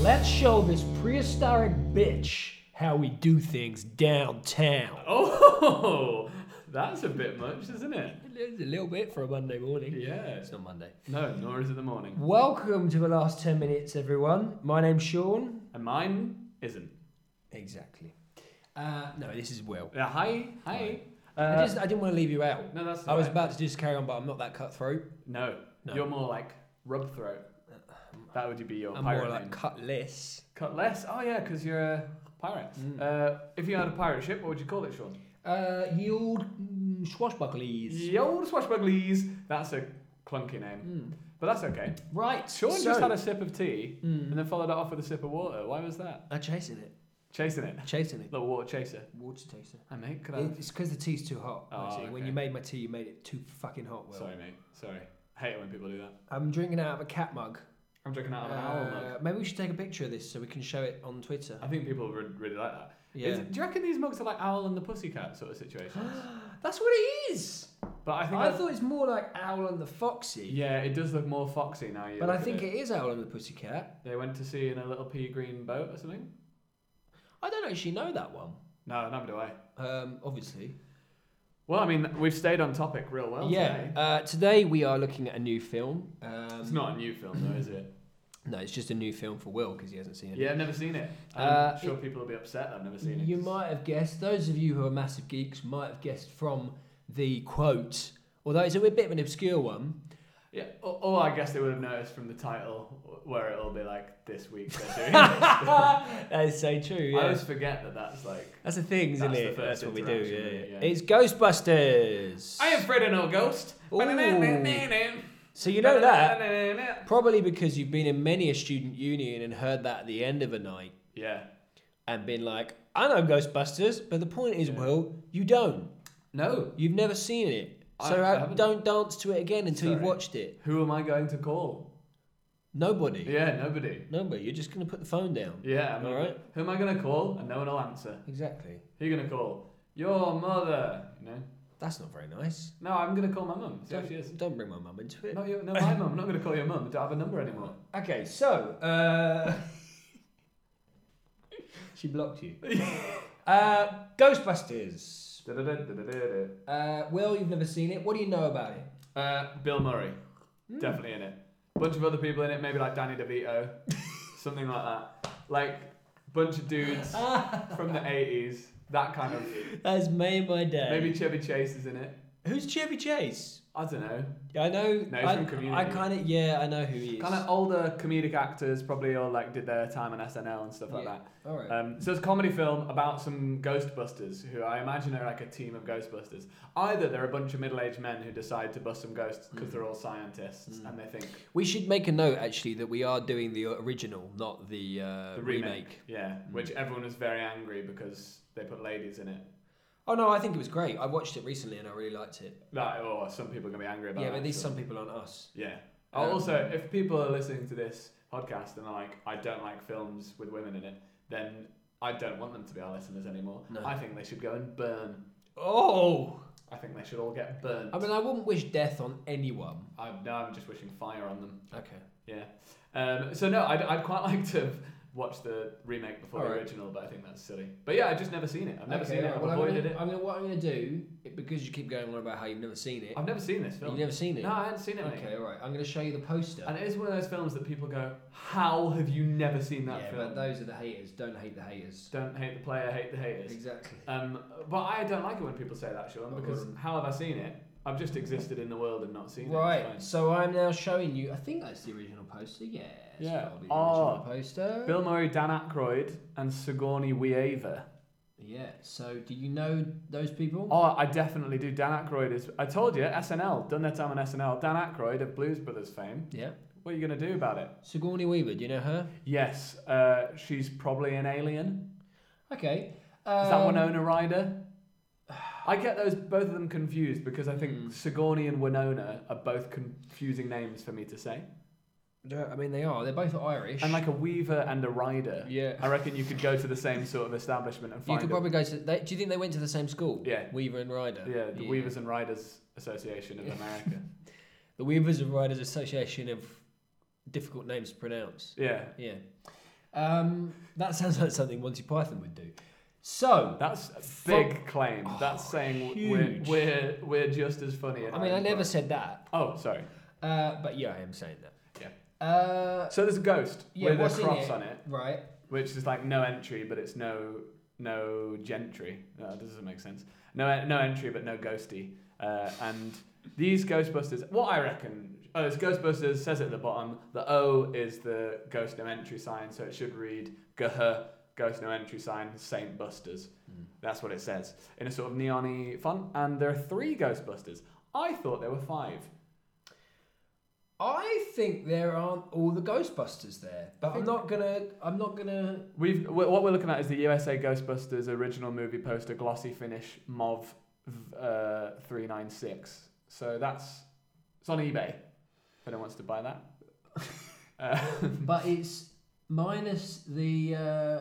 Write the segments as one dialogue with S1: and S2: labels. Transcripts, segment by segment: S1: let's show this prehistoric bitch how we do things downtown.
S2: Oh, that's a bit much, isn't it?
S1: It's a little bit for a Monday morning.
S2: Yeah.
S1: It's not Monday.
S2: No, nor is it the morning.
S1: Welcome to the last 10 minutes, everyone. My name's Sean.
S2: And mine isn't.
S1: Exactly. Uh, no, this is Will.
S2: Uh, hi, hi.
S1: I,
S2: Uh,
S1: just, I didn't want to leave you out.
S2: no, that's
S1: I was
S2: alright.
S1: about to just carry on, but I'm not that cutthroat.
S2: No,
S1: No.
S2: you're more like rub throat. That would be your
S1: I'm
S2: pirate
S1: more like
S2: name.
S1: cutless.
S2: Cut less. Oh yeah, because you're a pirate.
S1: Mm.
S2: Uh, if you had a pirate ship, what would you call it, Sean?
S1: Uh, yield mm, swashbucklies.
S2: The old swashbucklies. That's a clunky name, but that's okay.
S1: Right.
S2: Sean
S1: Mm. so, Mm.
S2: just had a sip of tea and then followed it off with a sip of water. Why was that?
S1: I'm chasing it.
S2: Chasing it.
S1: Chasing it.
S2: Little water chaser.
S1: Water taster.
S2: Hey mate, could I? have-
S1: It's because the tea's too hot.
S2: Oh,
S1: actually. When
S2: okay.
S1: you made my tea, you made it too fucking hot. Will.
S2: Sorry, mate. Sorry. I hate it when people do that.
S1: I'm drinking it out of a cat mug.
S2: I'm drinking out of an owl
S1: Uh,
S2: mug.
S1: maybe we should take a picture of this so we can show it on Twitter.
S2: I think people would really like that.
S1: Yeah.
S2: Is it- do you reckon these mugs are like owl and the pussycat sort of situations?
S1: That's what it is.
S2: but I
S1: I,
S2: think that-
S1: thought it's more like Owl and the Foxy.
S2: yeah, it does look more foxy now. You
S1: But I
S2: look at
S1: think
S2: it.
S1: it is Owl and the Pussycat.
S2: they went to sea in a little pea green boat or something.
S1: I don't actually know that one.
S2: No, neither do I.
S1: Um, obviously.
S2: Well, I mean, we've stayed on topic real well.
S1: yeah.
S2: today.
S1: Uh, today we are looking at a new film. Um,
S2: it's not a new film though, is it?
S1: No, it's just a new film for Will because he hasn't seen it.
S2: Yeah, I've never seen it. I'm
S1: Uh,
S2: sure people will be upset. I've never seen it.
S1: You
S2: 'cause-
S1: might have guessed, those of you who are massive geeks might have guessed from the quote, although it's a bit of an obscure one.
S2: Yeah. Or, or I guess they would have noticed from the title where it'll be like this week. They're doing this.
S1: that is so true,
S2: I always forget that that's like.
S1: That's the thing, isn't
S2: That's the
S1: it?
S2: first
S1: That's what we do.
S2: interaction,
S1: Yeah,
S2: yeah,
S1: yeah.
S2: yeah.
S1: It's Ghostbusters.
S2: I am Fred and no ghost.
S1: Ooh. So you know that probably because you've been in many a student union and heard that at the end of a night
S2: Yeah.
S1: and been like, "I know Ghostbusters," but the point is,
S2: Yeah.
S1: Will, you don't.
S2: No.
S1: You've never seen it,
S2: I-
S1: so
S2: I
S1: uh,
S2: haven't.
S1: don't dance to it again until you've
S2: Sorry.
S1: watched it.
S2: Who am I going to call?
S1: Nobody.
S2: Yeah, nobody.
S1: Nobody. You're just gonna put the phone down.
S2: Yeah. I'm
S1: All
S2: not-
S1: right.
S2: Who am I going to call? And no one will answer.
S1: Exactly.
S2: Who you going to call? Your mother. You know?
S1: That's not very nice.
S2: No, I'm going to call my mum. See how
S1: Don't,
S2: she is.
S1: don't bring my mum into it.
S2: Not your, no, my mum. I'm not going to call your mum. I don't have a number anymore.
S1: Okay, so uh, she blocked you. uh, Ghostbusters.
S2: Da-da-da-da-da-da.
S1: Uh, Will, you've never seen it. What do you know about it?
S2: Uh, Bill Murray, definitely in it. Bunch of other people in it, maybe like Danny DeVito, something like that. Like bunch of dudes from the eighties, that kind of.
S1: That's made my day.
S2: Maybe Chevy Chase is in it.
S1: who's Chevy Chase?
S2: I don't know.
S1: I know.
S2: No, he's
S1: I,
S2: from Community.
S1: I kind of yeah, I know who he is.
S2: Kind of older comedic actors probably all like did their time on SNL and stuff like
S1: Yeah.
S2: that.
S1: All right.
S2: Um, so it's a comedy film about some Ghostbusters who I imagine are like a team of Ghostbusters. Either they're a bunch of middle-aged men who decide to bust some ghosts because they're all scientists and they think
S1: we should make a note actually that we are doing the original, not the, uh,
S2: the remake. Yeah,
S1: Mm.
S2: which everyone was very angry because they put ladies in it.
S1: Oh no, I think it was great. I watched it recently and I really liked it.
S2: Like, oh, some people are gonna be angry about.
S1: yeah,
S2: that,
S1: but these
S2: so-
S1: some people aren't us.
S2: Yeah.
S1: Um,
S2: oh also, if people are listening to this podcast and are like, I don't like films with women in it, then I don't want them to be our listeners anymore.
S1: No.
S2: I think they should go and burn.
S1: Oh.
S2: I think they should all get burnt.
S1: I mean, I wouldn't wish death on anyone.
S2: I, no, I'm just wishing fire on them.
S1: Okay.
S2: Yeah. Um, so no, I'd, I'd quite like to have watched the remake before the
S1: Alright.
S2: original, but I think that's silly. But yeah, I've just never seen it. I've never
S1: Okay,
S2: seen it.
S1: right,
S2: I've
S1: well, I'm
S2: avoided
S1: gonna,
S2: it.
S1: I mean, what I'm going to do, it- because you keep going on about how you've never seen it,
S2: I've never seen this film.
S1: you've never seen it.
S2: No, I hadn't seen it. mate.
S1: okay, all right. I'm going to show you the poster.
S2: And it is one of those films that people go, "How have you never seen that
S1: yeah, but
S2: film?"
S1: those are the haters. Don't hate the haters.
S2: Don't hate the player, hate the haters.
S1: Exactly.
S2: Um, but I don't like it when people say that, Sean,
S1: Oh,
S2: because
S1: right.
S2: how have I seen it? I've just existed in the world and not seen it.
S1: Right.
S2: It's
S1: So I'm now showing you. I think that's the original poster. Yeah. it's
S2: Yeah.
S1: probably the
S2: Oh.
S1: original poster.
S2: fine. Bill Murray, Dan Aykroyd, and Sigourney Weaver.
S1: yeah. So do you know those people?
S2: Oh, I definitely do. Dan Aykroyd is. I told you, SNL. Done their time on SNL. Dan Aykroyd of Blues Brothers fame.
S1: Yeah.
S2: What are you gonna do about it?
S1: Sigourney Weaver. Do you know her?
S2: Yes, uh, she's probably an alien.
S1: Okay.
S2: Is that
S1: um,
S2: Winona Ryder? I get those both of them confused because I think
S1: Hmm.
S2: Sigourney and Winona are both confusing names for me to say.
S1: yeah, I mean, they are. They're both Irish.
S2: And like a weaver and a rider.
S1: Yeah.
S2: I reckon you could go to the same sort of establishment and
S1: you
S2: find
S1: could
S2: them.
S1: probably go to. They, do you think they went to the same school?
S2: Yeah.
S1: Weaver and Ryder.
S2: Yeah, the Weavers and Riders Association of America.
S1: The Weavers and Riders Association of difficult names to pronounce.
S2: yeah.
S1: Yeah. Um, that sounds like something Monty Python would do. So,
S2: That's a big claim. That's saying we're,
S1: Oh, huge.
S2: we're we're just as funny. in
S1: I mean, I
S2: Iron
S1: never
S2: Cross.
S1: said that,
S2: Oh, sorry.
S1: uh, but yeah, I am saying that. Yeah.
S2: So there's a ghost
S1: Yeah,
S2: with
S1: what's
S2: a
S1: in
S2: cross
S1: it?
S2: on it,
S1: right.
S2: which is like no entry, but it's no no gentry. No, that doesn't make sense. No no entry, but no ghosty. Uh, and these Ghostbusters, what I reckon. Oh, it's Ghostbusters says it at the bottom. The O is the ghost no entry sign, so it should read Gah ghost no entry sign Saint Busters. That's what it says in a sort of neon-y font. And there are three Ghostbusters. I thought there were five.
S1: I think there aren't all the Ghostbusters there, but I'm not gonna. I'm not gonna.
S2: We've wh- what we're looking at is the USA Ghostbusters original movie poster, glossy finish, mauve, v- uh, three nine six. So that's it's on eBay. If anyone wants to buy that. Uh,
S1: But it's minus the. Uh,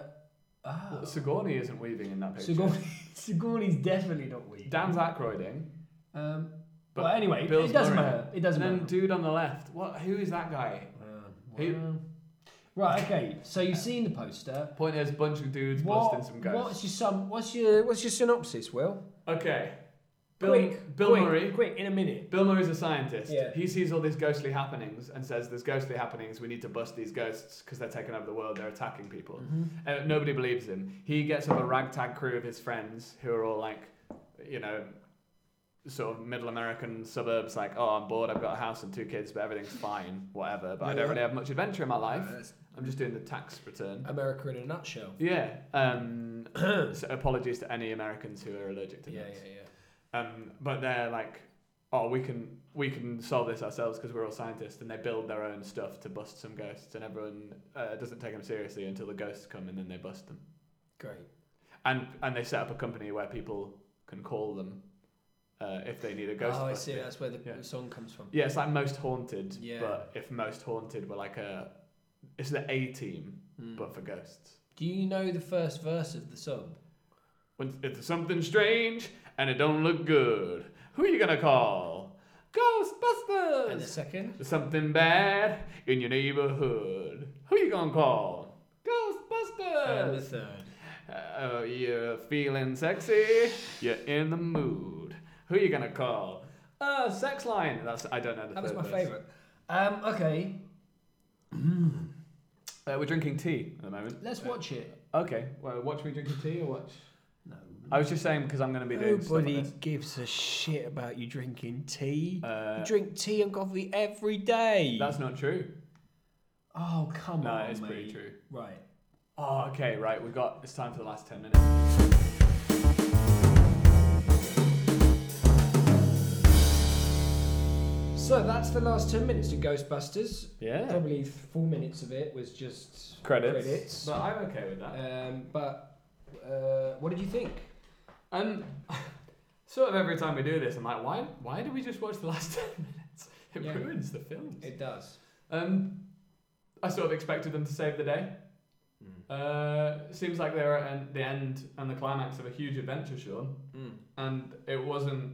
S1: oh.
S2: Sigourney isn't weaving in that picture.
S1: Sigourney, Sigourney's definitely not weak.
S2: Dan's Aykroyding.
S1: Um,
S2: But
S1: but anyway,
S2: Bill's
S1: it doesn't
S2: Murray.
S1: matter. It doesn't
S2: And then
S1: matter.
S2: dude on the left. What? Who is that guy?
S1: Uh,
S2: Who-
S1: wow. Right. Okay. So you've seen the poster.
S2: Point is, bunch of dudes
S1: What,
S2: busting some
S1: what's
S2: ghosts.
S1: your sum? What's your What's your synopsis, Will?
S2: Okay. Bill,
S1: quick,
S2: Bill
S1: quick,
S2: Murray.
S1: Quick, in a minute.
S2: Bill Murray's a scientist.
S1: Yeah.
S2: He sees all these ghostly happenings and says, "There's ghostly happenings. We need to bust these ghosts because they're taking over the world. They're attacking people."
S1: Mm-hmm.
S2: Uh, nobody believes him. He gets up a ragtag crew of his friends who are all like, you know, sort of middle American suburbs. Like, "Oh, I'm bored. I've got a house and two kids, but everything's fine. Whatever. But I don't
S1: Yeah.
S2: really have much adventure in my life. I'm just doing the tax return."
S1: America in a nutshell.
S2: Yeah. Um, so apologies to any Americans who are allergic to
S1: Yeah,
S2: nuts.
S1: yeah,
S2: Um, but they're like, oh, we can we can solve this ourselves because we're all scientists, and they build their own stuff to bust some ghosts, and everyone uh, doesn't take them seriously until the ghosts come and then they bust them,
S1: Great.
S2: and and they set up a company where people can call them uh, if they need a ghost.
S1: oh, I see.
S2: busting.
S1: That's where the
S2: Yeah.
S1: song comes from.
S2: Yeah, it's like most haunted,
S1: Yeah.
S2: but if most haunted were like a, it's the A team,
S1: Hmm.
S2: but for ghosts.
S1: Do you know the first verse of the song?
S2: When it's something strange and it don't look good, who are you gonna call? Ghostbusters.
S1: And the second?
S2: There's something bad in your neighborhood. Who you gonna call?
S1: And the
S2: Ghostbusters!
S1: third.
S2: Uh, you're feeling sexy. You're in the mood. Who you gonna call? Uh, sex line. That's I don't know. The
S1: That was
S2: third
S1: my
S2: verse.
S1: favourite. Um, okay,
S2: Uh, we're drinking tea at the moment.
S1: let's watch it.
S2: Okay. Well, watch me drinking tea or watch.
S1: No.
S2: I was just saying because I'm gonna be doing stuff like this.
S1: gives a shit about you drinking tea.
S2: Uh,
S1: drink tea and coffee every day.
S2: That's not true.
S1: oh, come
S2: No,
S1: on.
S2: it's
S1: mate.
S2: pretty true.
S1: Right.
S2: Oh, okay. Right. We got. It's time for the last ten minutes.
S1: So that's the last 10 minutes of Ghostbusters.
S2: Yeah.
S1: Probably four minutes of it was just
S2: Credits.
S1: credits.
S2: But I'm okay with that.
S1: Um, but uh, what did you think?
S2: And sort of every time we do this, I'm like, why? Why did we just watch the last ten minutes? It
S1: Yeah.
S2: ruins the films.
S1: It does.
S2: Um, I sort of expected them to save the day. Uh, seems like they were at the end and the climax of a huge adventure, Sean, and it wasn't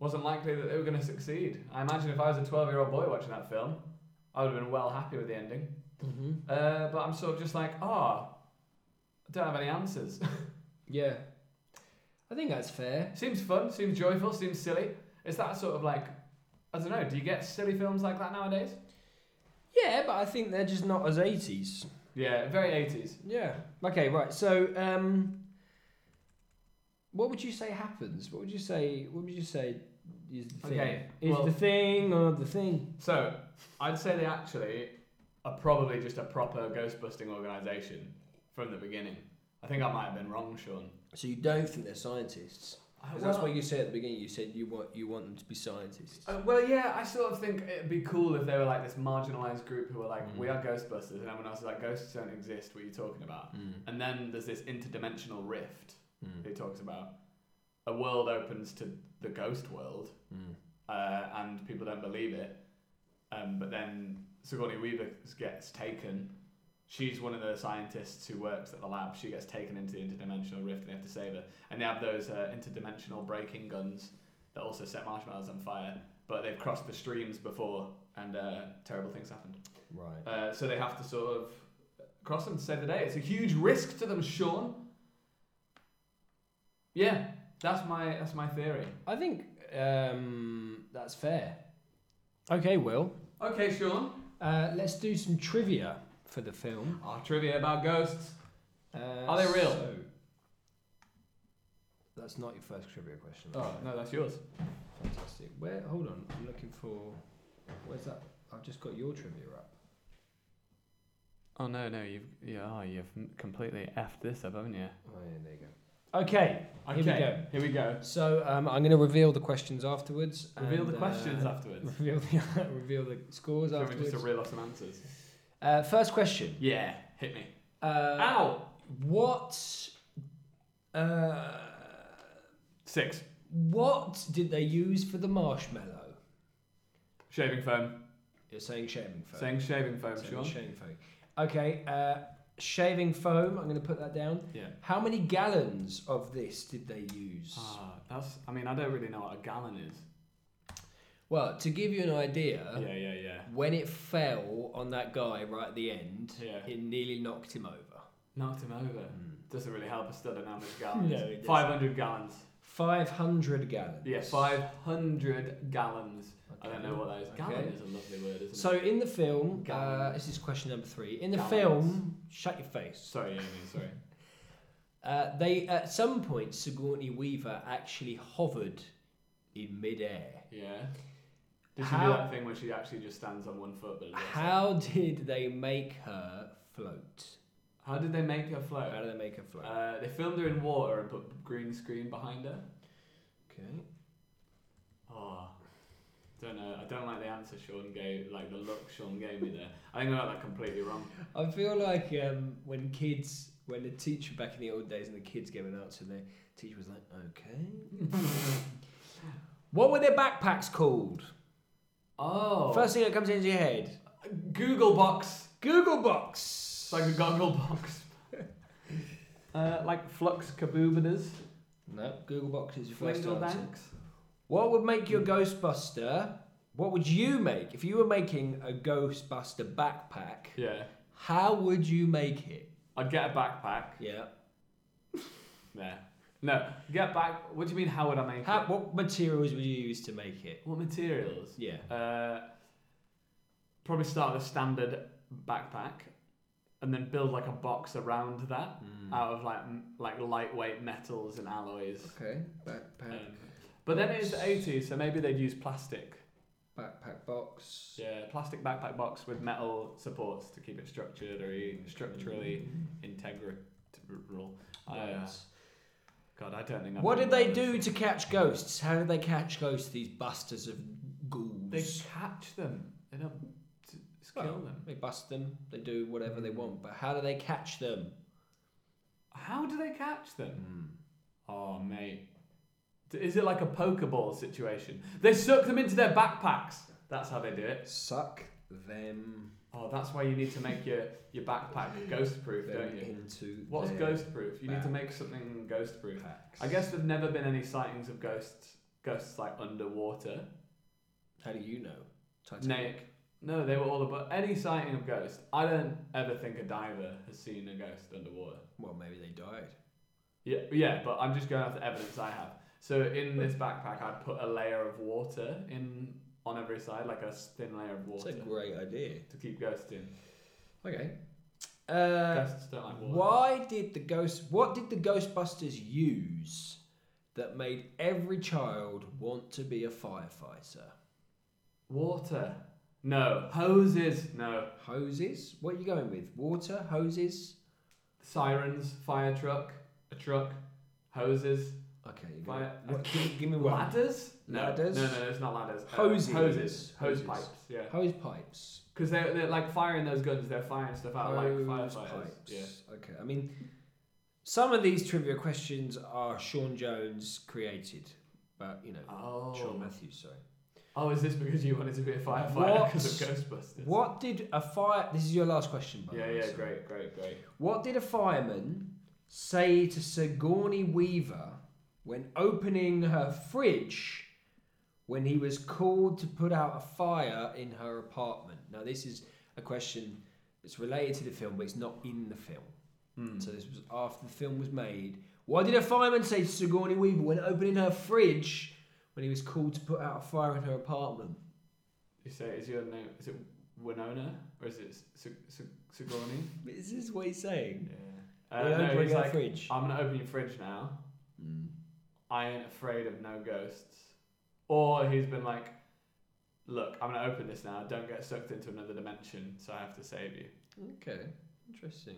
S2: wasn't likely that they were going to succeed. I imagine if I was a twelve year old boy watching that film, I would have been well happy with the ending.
S1: Mm-hmm.
S2: Uh, but I'm sort of just like, ah, I don't have any answers.
S1: Yeah. I think that's fair.
S2: Seems fun, seems joyful, seems silly. It's that sort of like, I don't know, do you get silly films like that nowadays?
S1: Yeah, but I think they're just not as 80s.
S2: Yeah, very 80s.
S1: Yeah. Okay, right. So, um, what would you say happens? What would you say? What would you say is the thing?
S2: Okay,
S1: Is
S2: well-
S1: the thing or the thing?
S2: So, I'd say they actually are probably just a proper ghost busting organisation from the beginning. I think I might have been wrong, Sean.
S1: So you don't think they're scientists?
S2: I-
S1: that's
S2: Uh, well-
S1: what you said at the beginning. You said you want you want them to be scientists.
S2: Uh, well, yeah, I sort of think it'd be cool if they were like this marginalised group who were like, we are Ghostbusters, and everyone else is like, ghosts don't exist, what are you talking about?
S1: Mm,
S2: And then there's this interdimensional rift that he talks about. A world opens to the ghost world,
S1: mm.
S2: uh, and people don't believe it. Um, but then Sigourney Weaver gets taken. She's one of the scientists who works at the lab. She gets taken into the interdimensional rift, and they have to save her. And they have those uh, interdimensional breaking guns that also set marshmallows on fire. But they've crossed the streams before, and uh, terrible things happened.
S1: Right.
S2: Uh, so they have to sort of Cross them, save the day. It's a huge risk to them, Sean. Yeah, that's my that's my theory.
S1: I think um, that's fair. Okay, Will.
S2: Okay, Sean.
S1: Uh, let's do some trivia for the film.
S2: Our trivia about ghosts.
S1: Uh,
S2: Are they real?
S1: so- that's not your first trivia question.
S2: Oh no, that's yours.
S1: Fantastic. Where? Hold on. I'm looking for. Where's that? I've just got your trivia up.
S2: Oh no, no, you've yeah, oh, you've completely effed this up, haven't you?
S1: Oh, yeah, there you go. Okay.
S2: Okay,
S1: we go.
S2: Here we go.
S1: So um, I'm going to reveal the questions afterwards.
S2: Reveal
S1: and,
S2: the
S1: uh,
S2: questions afterwards.
S1: Reveal the reveal the scores
S2: Do you want me
S1: afterwards.
S2: just to reel off some answers?
S1: uh, first question.
S2: Yeah, hit me.
S1: Uh,
S2: Ow!
S1: what? Uh,
S2: Six.
S1: what did they use for the marshmallow?
S2: Shaving foam.
S1: You're saying shaving foam.
S2: Saying shaving foam,
S1: Saying
S2: Sean.
S1: shaving foam. Okay. Uh, shaving foam. I'm going to put that down.
S2: Yeah.
S1: How many gallons of this did they use?
S2: Ah, that's. I mean, I don't really know what a gallon is.
S1: Well, to give you an idea,
S2: yeah, yeah, yeah.
S1: when it fell on that guy right at the end,
S2: Yeah.
S1: it nearly knocked him over.
S2: Knocked him over. Hmm. Doesn't really help us studying how much gallons.
S1: No, it doesn't.
S2: 500 gallons.
S1: 500 gallons.
S2: Yeah, 500 gallons. I don't know what that is.
S1: Okay.
S2: Gallon is a lovely word, isn't
S1: So
S2: it?
S1: in the film, uh,
S2: Gallons.
S1: this is question number three. In the
S2: Gallons.
S1: film, shut your face.
S2: Sorry, Amy, sorry.
S1: Uh, they at some point Sigourney Weaver actually hovered in midair.
S2: Yeah. Did she
S1: How-
S2: do that thing where she actually just stands on one foot? But looks like-
S1: How did they make her float?
S2: How did they make her
S1: How
S2: float?
S1: did they make her float?
S2: Uh, they filmed her in water and put green screen behind her.
S1: okay.
S2: Oh, don't know. I don't like the answer Sean gave, like the look Sean gave me there. I think I got that completely wrong.
S1: I feel like um, when kids, when the teacher back in the old days and the kids gave an answer, and the teacher was like, okay. what were their backpacks called?
S2: Oh,
S1: First thing that comes into your head
S2: Google Box.
S1: Google Box.
S2: It's like a goggle box. uh, like flux kaboobidas.
S1: no, Google Box is your first
S2: Flingle
S1: answer.
S2: banks.
S1: What would make you a Ghostbuster? What would you make? If you were making a Ghostbuster backpack,
S2: Yeah.
S1: how would you make it?
S2: I'd get a backpack.
S1: Yeah.
S2: Yeah. No, get back. What do you mean? How would I make
S1: How,
S2: it?
S1: what materials would you use to make it?
S2: What materials?
S1: Yeah.
S2: Uh, probably start with a standard backpack, and then build like a box around that
S1: Hmm.
S2: out of like m- like lightweight metals and alloys.
S1: Okay, backpack.
S2: Um, but then it is the 80s, so maybe they'd use plastic.
S1: backpack box.
S2: Yeah, plastic backpack box with metal supports to keep it structured or e- structurally
S1: Hmm.
S2: integral. I, uh, God, I don't think. I
S1: What
S2: know
S1: did they
S2: that
S1: do
S2: is.
S1: to catch ghosts? How did they catch ghosts? These busters of ghouls.
S2: They catch them. They don't t- just kill
S1: Well,
S2: them.
S1: They bust them. They do whatever they want. But how do they catch them?
S2: How do they catch them?
S1: Mm.
S2: Oh, mate. D- Is it like a Pokeball situation? They suck them into their backpacks. That's how they do it.
S1: Suck them,
S2: Oh, that's why you need to make your, your backpack ghost proof, don't you?
S1: into
S2: What's ghost proof? You need to
S1: back.
S2: make something ghost proof.
S1: packs.
S2: I guess there've never been any sightings of ghosts ghosts like underwater.
S1: How do you know?
S2: Nay, no, they were all about any sighting of ghosts. I don't ever think a diver has seen a ghost underwater.
S1: Well, maybe they died.
S2: Yeah, yeah, but I'm just going off the evidence I have. So in this backpack, I put a layer of water in on every side, like a thin layer of
S1: It's
S2: water,
S1: a great idea.
S2: to keep ghosts in.
S1: Okay. Uh,
S2: Ghosts don't like water.
S1: why did the ghost? What did the Ghostbusters use that made every child want to be a firefighter?
S2: Water. No hoses. No
S1: Hoses? What are you going with? Water hoses?
S2: sirens. Fire truck. A truck. Hoses.
S1: Okay. You're gonna,
S2: Fire.
S1: what, give, give me one.
S2: Ladders? No.
S1: Ladders?
S2: No, no, it's not ladders. Uh,
S1: Hoses.
S2: hoses. Hose
S1: Hoses.
S2: pipes, yeah.
S1: Hose pipes.
S2: Because they're, they're like firing those guns, they're firing stuff out
S1: Hose
S2: like firefighters.
S1: pipes.
S2: Yeah.
S1: Okay. I mean, some of these trivia questions are Sean Jones created, but you know, Sean
S2: Oh.
S1: Matthews. Sorry.
S2: oh, is this because you wanted to be a firefighter
S1: What?
S2: because of Ghostbusters?
S1: What did a fire? This is your last question, by the
S2: Yeah,
S1: way,
S2: yeah,
S1: sorry.
S2: great, great, great.
S1: What did a fireman say to Sigourney Weaver when opening her fridge when he was called to put out a fire in her apartment? Now, this is a question It's related to the film, but it's not in the film.
S2: Mm.
S1: So this was after the film was made. What did a fireman say to Sigourney Weaver when opening her fridge when he was called to put out a fire in her apartment?
S2: You say, is your name, is it Winona? Or is it Sig- Sig- Sigourney?
S1: Is this what he's saying?
S2: Uh,
S1: When
S2: no,
S1: opening
S2: he's
S1: her
S2: like, uh,
S1: fridge.
S2: I'm going to open your fridge now.
S1: Mm.
S2: I ain't afraid of no ghosts. Or he's been like, look, I'm going to open this now. Don't get sucked into another dimension, so I have to save you.
S1: Okay, interesting.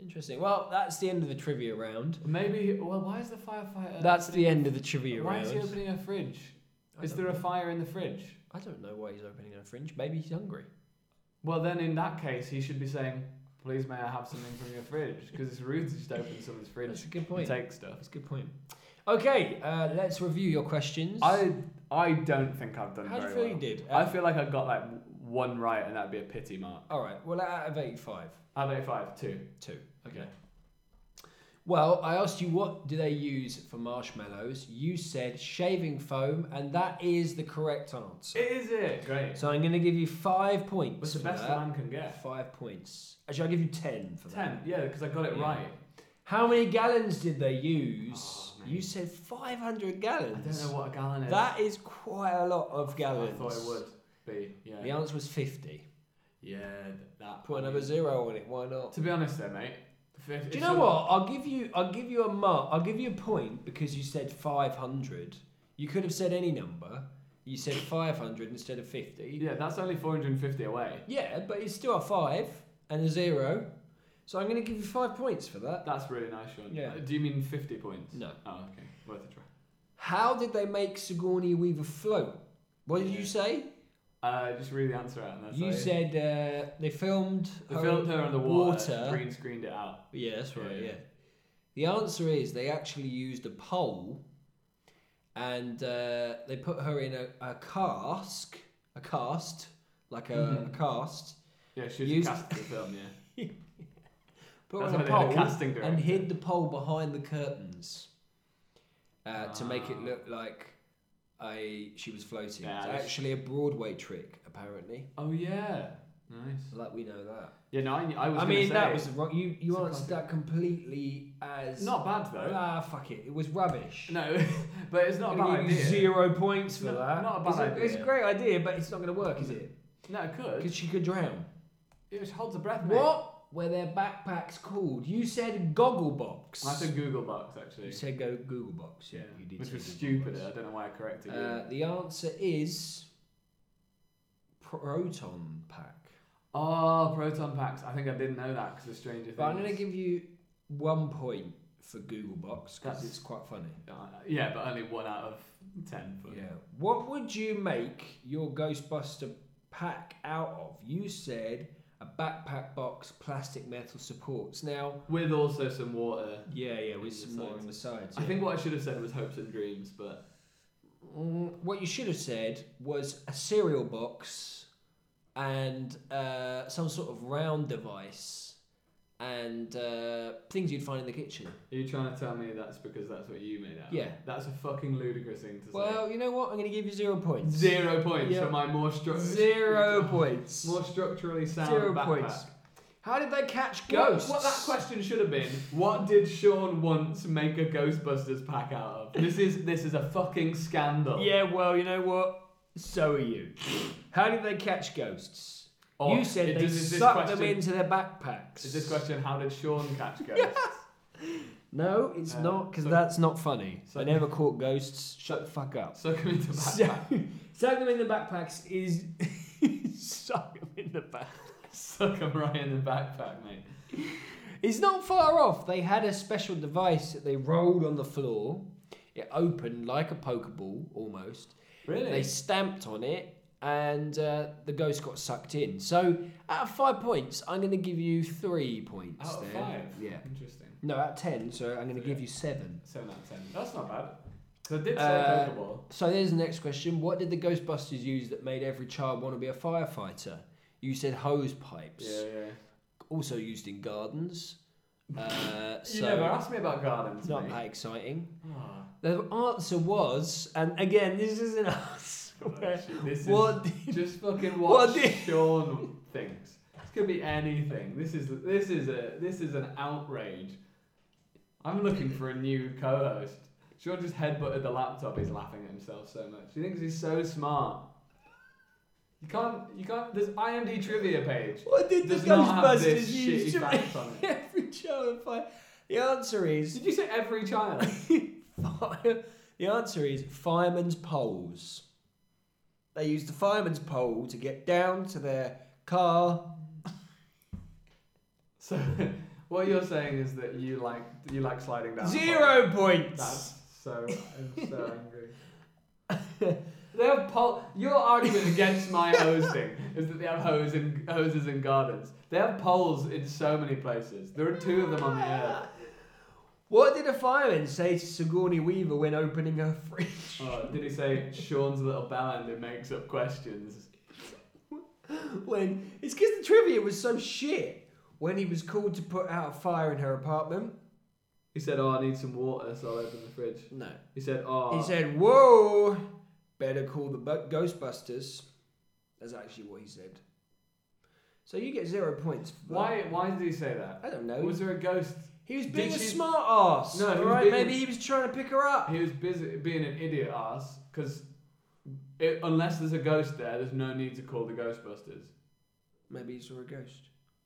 S1: Interesting. Well, that's the end of the trivia round.
S2: Maybe, well, why is the firefighter.
S1: That's the
S2: opening-
S1: end of the trivia
S2: Uh, Why
S1: round.
S2: is he opening a fridge?
S1: I
S2: Is
S1: don't
S2: there a
S1: know.
S2: fire in the fridge?
S1: I don't know why he's opening a fringe. Maybe he's hungry.
S2: Well, then in that case, he should be saying, please may I have something from your fridge? Because it's rude to just open someone's
S1: That's
S2: fridge
S1: a good
S2: and
S1: point.
S2: take stuff.
S1: That's a good point. Okay, uh, let's review your questions.
S2: I I don't think I've done
S1: How do you
S2: very
S1: feel
S2: well.
S1: you did? Uh,
S2: I feel like I got like one right, and that'd be a pity mark.
S1: All right. Well, out of eighty-five,
S2: Out of five, two.
S1: two. Okay. Well, I asked you what do they use for marshmallows. You said shaving foam, and that is the correct answer.
S2: It is it. Great.
S1: So I'm going to give you five points.
S2: What's the
S1: for
S2: best
S1: that.
S2: a man can get?
S1: Five points. Actually, I'll give you ten for that.
S2: Ten. Yeah, because I got it
S1: Yeah.
S2: right.
S1: How many gallons did they use?
S2: Oh,
S1: you
S2: mate.
S1: said 500
S2: I
S1: gallons.
S2: don't know what a gallon is.
S1: That is quite a lot of
S2: I
S1: gallons.
S2: thought it would be. Yeah.
S1: The answer was 50.
S2: yeah. That.
S1: Put another zero on it. Why not?
S2: To be honest, though, mate. if- if
S1: Do you know
S2: someone-
S1: what? I'll give you. I'll give you a mark. I'll give you a point because you said 500. You could have said any number. You said 500 instead of 50.
S2: Yeah, that's only 450 away.
S1: Yeah, but it's still a five and a zero. So I'm going to give you five points for that.
S2: That's really nice, Sean.
S1: Yeah.
S2: Uh, Do you mean 50 points?
S1: No.
S2: Oh, okay. Worth a try.
S1: How did they make Sigourney Weaver float? What did you say?
S2: Uh, just read the answer out. And that's
S1: You
S2: like-
S1: said uh, they filmed.
S2: They
S1: her-
S2: filmed her on the water,
S1: water.
S2: green screened it out.
S1: Yeah, that's right.
S2: Yeah,
S1: Yeah,
S2: yeah.
S1: The answer is they actually used a pole, and uh, they put her in a, a cask, a cast, like a, a
S2: Mhm.
S1: cast.
S2: Yeah, she
S1: Used-
S2: was cast the film, yeah.
S1: Put
S2: That's
S1: her
S2: why
S1: in
S2: they had
S1: a
S2: a
S1: pole
S2: casting director.
S1: and hid the pole behind the curtains uh, to make it
S2: Ah.
S1: look like a she was floating.
S2: Yeah,
S1: it's
S2: that's-
S1: actually a Broadway trick, apparently.
S2: Oh yeah, nice.
S1: Like we know that.
S2: Yeah, no, I, I was.
S1: I
S2: gonna
S1: mean,
S2: say,
S1: that was wrong. You you
S2: it's a
S1: answered that completely as
S2: not bad though.
S1: Ah, fuck it. It was rubbish.
S2: Uh, No, but it's not a
S1: I'm gonna
S2: bad
S1: give you
S2: idea.
S1: Zero points for
S2: No,
S1: that.
S2: not a
S1: it's
S2: bad
S1: A, it's a
S2: idea.
S1: great idea, but it's not going to work, is it?
S2: No, it could.
S1: Because she could drown.
S2: It just holds a breath. Mate.
S1: What were their backpacks called? You said goggle box.
S2: I said Google Box actually.
S1: you said go Google box. Yeah, you did.
S2: Which
S1: say
S2: was
S1: Google
S2: stupid.
S1: box.
S2: I don't know why I corrected you.
S1: Uh, the answer is proton pack.
S2: oh, proton packs. I think I didn't know that because of Stranger Things.
S1: But I'm going to give you one point for Google box because
S2: That's-
S1: it's quite funny.
S2: Uh, yeah, but only one out of ten. But
S1: Yeah. What would you make your Ghostbuster pack out of? You said a backpack box, plastic metal supports. Now,
S2: With also some water.
S1: yeah, yeah,
S2: with
S1: with
S2: some
S1: some more
S2: sides.
S1: on the sides.
S2: I
S1: yeah.
S2: think what I should have said was hopes and dreams, but
S1: Mm, what you should have said was a cereal box and uh, some sort of round device and uh, things you'd find in the kitchen.
S2: are you trying to tell me that's because that's what you made out?
S1: Yeah.
S2: That's a fucking ludicrous thing to say.
S1: Well, you know what? I'm going to give you zero points.
S2: Zero points
S1: Yeah.
S2: for my more stru-
S1: Zero points.
S2: more structurally sound
S1: Zero
S2: backpack.
S1: points. How did they catch
S2: What,
S1: ghosts?
S2: what that question should have been: What did Sean once make a Ghostbusters pack out of? This is this is a fucking scandal.
S1: Yeah, well, you know what? So are you. How did they catch ghosts?
S2: Or
S1: you said
S2: Oh, it-
S1: they
S2: is this
S1: sucked
S2: question-
S1: them into their backpacks.
S2: Is this question how did Sean catch ghosts?
S1: No, it's
S2: Uh,
S1: not, because
S2: so-
S1: that's not funny.
S2: so-
S1: I never caught ghosts. Shut the fuck up.
S2: Suck him into
S1: So-
S2: backpack.
S1: Suck them in the backpacks is. Suck them in the back.
S2: Suck him right in the backpack, mate.
S1: It's not far off. They had a special device that they rolled on the floor. It opened like a Pokeball almost. They
S2: Really?
S1: stamped on it, and uh, the ghost got sucked in. So out of five points, I'm going to give you three points.
S2: Out of
S1: there.
S2: five.
S1: Yeah.
S2: Interesting.
S1: No, out of ten. So I'm going to
S2: Yeah.
S1: give you seven.
S2: Seven out of ten. That's not bad. So I did say
S1: Uh,
S2: Pokeball.
S1: So there's the next question. What did the Ghostbusters use that made every child want to be a firefighter? You said hose pipes.
S2: Yeah, yeah.
S1: Also used in gardens. Uh,
S2: You
S1: so
S2: never asked me about gardens,
S1: not
S2: mate.
S1: that exciting.
S2: Ah,
S1: The answer was, and again, this isn't us.
S2: God, actually, this is
S1: What
S2: Just fucking
S1: What
S2: watch
S1: did-
S2: Sean things. could be anything. This is this is a this is an outrage. I'm looking for a new co-host. Sean just headbutted the laptop. He's laughing at himself so much. He thinks he's so smart. You can't. You can't. There's IMDb trivia page.
S1: What did the
S2: Does not have
S1: Ghostbusters
S2: this
S1: use
S2: shitty
S1: to
S2: facts on
S1: make
S2: it.
S1: every child five? The answer is
S2: Did you say every child?
S1: fire. The answer is firemen's poles. They use the fireman's pole to get down to their car.
S2: So, what you're saying is that you like you like sliding down. poles.
S1: Zero points.
S2: That's so. I'm so angry. they have pole. Your argument against my hosing is that they have hose in, hoses in gardens. They have poles in so many places. There are two of them on the earth.
S1: What did a fireman say to Sigourney Weaver when opening her fridge?
S2: Oh, did he say Sean's little bell end? It makes up questions.
S1: when it's because the trivia was so shit. When he was called to put out a fire in her apartment.
S2: He said, "Oh, I need some water, so I'll open the fridge."
S1: No.
S2: He said, "Oh."
S1: He said, "Whoa, better call the bu- Ghostbusters." That's actually what he said. So you get zero points. For
S2: "Why? Why did he say that?
S1: I don't know.
S2: Was there a ghost?
S1: he was
S2: did
S1: being a
S2: she-
S1: smart ass.
S2: No, he was
S1: right?
S2: being-
S1: Maybe he was trying to pick her up.
S2: He was busy being an idiot ass because." unless there's a ghost there, there's no need to call the Ghostbusters.
S1: Maybe he saw a ghost,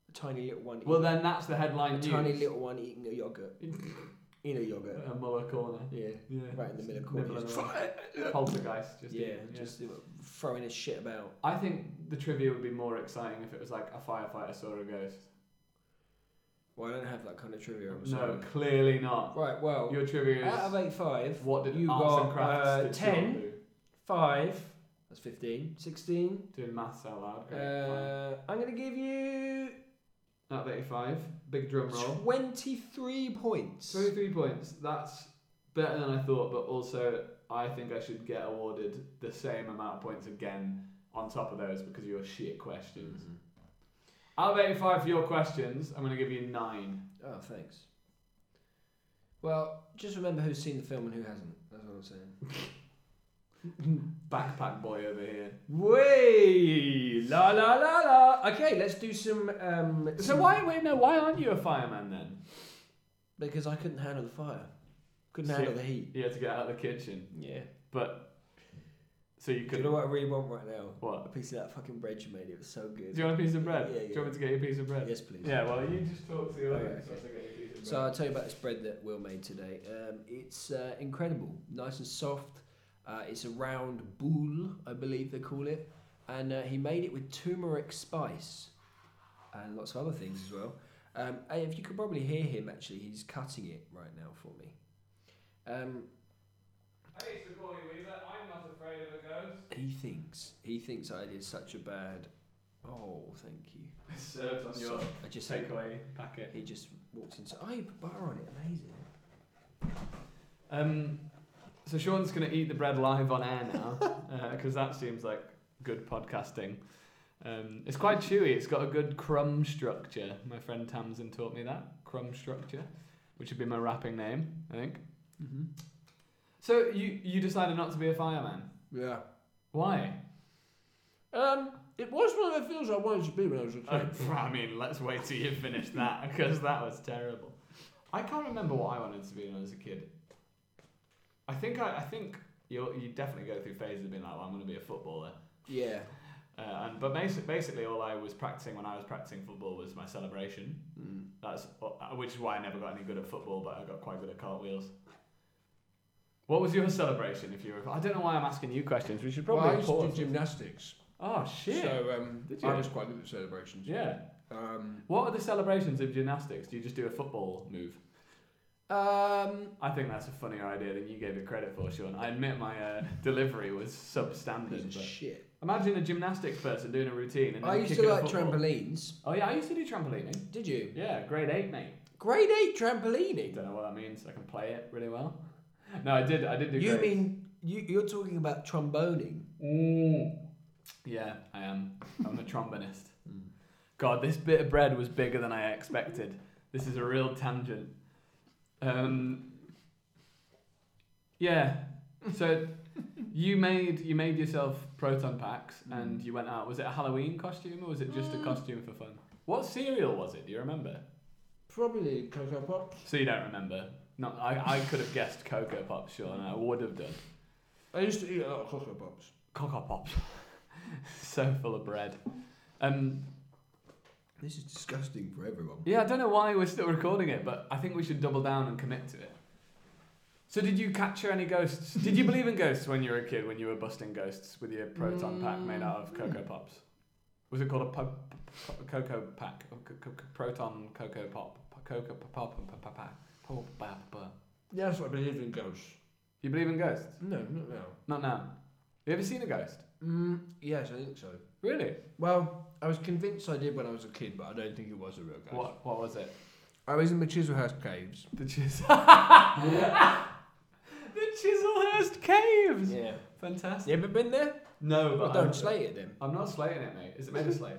S1: a tiny little one.
S2: Well,
S1: eating,
S2: then that's the headline
S1: a
S2: news.
S1: tiny little one eating a yogurt, eating a yogurt.
S2: A Muller corner.
S1: Yeah,
S2: Yeah.
S1: right in the middle
S2: Nibble
S1: of
S2: and
S1: the
S2: all. Poltergeist. Just
S1: Yeah,
S2: eating,
S1: just uh, throwing his shit about.
S2: I think the trivia would be more exciting if it was like a firefighter saw a ghost.
S1: Well, I don't have that kind of trivia. I'm sorry.
S2: No, clearly not.
S1: Right. Well,
S2: Your trivia is
S1: out of eighty-five,
S2: what did
S1: you
S2: arts
S1: got
S2: and crafts
S1: uh,
S2: did Sean
S1: 10
S2: do?
S1: five. That's 15. 16.
S2: Doing maths out
S1: Uh,
S2: loud. Great, fine.
S1: I'm going to give you
S2: Out of 85, big drum roll.
S1: 23 points.
S2: 23 points. That's better than I thought, but also I think I should get awarded the same amount of points again on top of those because of your shit questions.
S1: Mm-hmm.
S2: Out of 85 for your questions, I'm going to give you nine.
S1: Oh, thanks. Well, just remember who's seen the film and who hasn't. That's what I'm saying.
S2: Backpack boy over here.
S1: Way! La la la la! Okay, let's do some. Um,
S2: So
S1: some-
S2: why wait no? Why aren't you a fireman then?
S1: Because I couldn't handle the fire. Couldn't
S2: See-
S1: handle the heat.
S2: You had to get out of the kitchen,
S1: Yeah.
S2: but so you
S1: Do
S2: could.
S1: you know what I really want right now?
S2: What?
S1: A piece of that fucking bread you made. It was so
S2: Do
S1: good.
S2: you want a piece of bread?
S1: Yeah, yeah.
S2: Do you want me to get you a piece of bread?
S1: Yes, please.
S2: Yeah. Well, you just talk to the
S1: Okay,
S2: audience.
S1: okay.
S2: whilst I get you a piece of
S1: So
S2: bread.
S1: I'll tell you about this bread that Will made today. Um, it's uh, incredible, nice and soft. Uh, it's a round boule, I believe they call it, and uh, he made it with turmeric spice and lots of other things as well. Um, and if you could probably hear him, actually, he's cutting it right now for me. Um,
S2: I used to call you Weaver. I'm not afraid of a ghost.
S1: he thinks he thinks I did such a bad. Oh, thank you.
S2: It's served on your
S1: Sorry, I just
S2: takeaway packet.
S1: he just walked into. Oh, you put butter on it, amazing.
S2: Um, so Sean's going to eat the bread live on air now because that seems like good podcasting. Um, it's quite chewy. It's got a good crumb structure. My friend Tamsin taught me that crumb structure, which would be my rapping name, I think.
S1: Mm-hmm.
S2: So you you decided not to be a fireman.
S1: Yeah.
S2: Why?
S1: Um, it was one of the films I wanted to be when I was a
S2: Uh,
S1: kid.
S2: I mean, let's wait till you finish that because that was terrible. I can't remember what I wanted to be when I was a kid. I think I, I think you you definitely go through phases of being like, well, I'm going to be a footballer.
S1: yeah.
S2: Uh, and but basically, basically, all I was practicing when I was practicing football was my celebration.
S1: Mm.
S2: That's uh, which is why I never got any good at football, but I got quite good at cartwheels. What was your celebration? If you were, I don't know why I'm asking you questions. We should probably
S3: well, I used to
S2: pause.
S3: do gymnastics.
S2: oh shit!
S3: So um,
S2: Did
S3: I
S2: you?
S3: was quite good at celebrations.
S2: yeah.
S3: Um,
S2: What are the celebrations of gymnastics? Do you just do a football move?
S1: Um,
S2: I think that's a funnier idea than you gave it credit for, Sean. I admit my uh, delivery was substandard.
S1: piece of
S2: But
S1: shit.
S2: imagine a gymnastics person doing a routine and then
S1: I used to
S2: kicking a
S1: like
S2: football.
S1: trampolines.
S2: Oh yeah, I used to do trampolining.
S1: Did you?
S2: Yeah, grade eight, mate.
S1: Grade eight
S2: I
S1: trampolining.
S2: don't know what that means. I can play it really well. No, I did. I did do.
S1: You
S2: grades.
S1: mean you, you're talking about tromboning?
S2: Mm. Yeah, I am. I'm a trombonist. God, this bit of bread was bigger than I expected. This is a real tangent. Um, yeah. So you made you made yourself proton packs and you went out. Was it a Halloween costume or was it just a costume for fun? What cereal was it? Do you remember?
S3: Probably Cocoa Pops.
S2: So you don't remember? Not I, I could have guessed Cocoa Pops, sure, and I would have done.
S3: I used to eat a lot of Cocoa Pops.
S2: Cocoa Pops. so full of bread. Um,
S3: This is disgusting for everyone.
S2: yeah, I don't know why we're still recording it, but I think we should double down and commit to it. So did you capture any ghosts? did you believe in ghosts when you were a kid, when you were busting ghosts with your proton pack made out of Cocoa Pops? Was it called a po- po- po- Cocoa Pack? Oh, Or co- co- co- proton Cocoa Pop? Cocoa Pop- Pop- Pop- Pop- Pack? Pop- Pop- Pop.
S3: Yes, I believe in ghosts.
S2: You believe in ghosts?
S3: No, not now.
S2: Not now. Have you ever seen a ghost?
S3: Mm, yes, I think so.
S2: Really?
S3: Well, I was convinced I did when I was a kid, but I don't think it was a real ghost.
S2: What What was it?
S3: I was in the Chiselhurst caves.
S2: The Chisel. the Chiselhurst Caves.
S3: Yeah.
S2: Fantastic.
S3: You ever been there?
S2: No,
S3: Well,
S2: but
S3: don't
S2: I'm,
S3: slay it then.
S2: I'm not slating it, mate. Is it made of slate?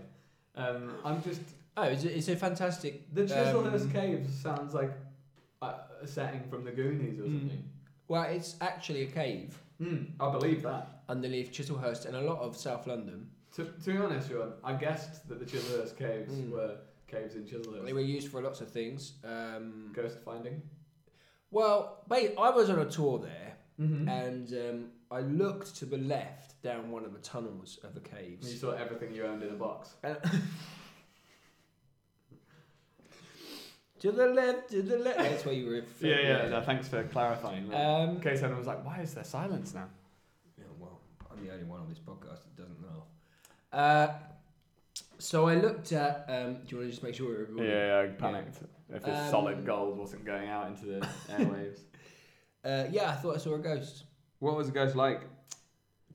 S2: Um, I'm just
S1: Oh, it's a, it's a fantastic.
S2: the Chiselhurst
S1: um,
S2: Caves sounds like a, a setting from the Goonies or
S1: Mm.
S2: something.
S1: Well, it's actually a cave
S2: Mm, Hmm. I believe that.
S1: underneath Chislehurst and a lot of South London.
S2: To, to be honest, Sean, I guessed that the Chiselhurst Caves
S1: Mm.
S2: were caves in
S1: They
S2: Chiselhurst.
S1: were used for lots of things. Um,
S2: Ghost finding.
S1: well, ba- I was on a tour there,
S2: Mm-hmm.
S1: and um, I looked to the left down one of the tunnels of the
S2: you
S1: caves.
S2: saw everything you owned in a box.
S1: Uh, To the left, to the left. That's where you were.
S2: thanks for clarifying.
S1: Um,
S2: In case anyone was like, why is there silence now?
S1: Yeah, well, I'm the only one on this podcast that doesn't know. Uh, so I looked at. Um, do you want to just make sure we're recording?
S2: Yeah, I panicked. If this
S1: Um,
S2: solid gold wasn't going out into the airwaves.
S1: Uh, yeah, I thought I saw a ghost.
S2: What was the ghost like?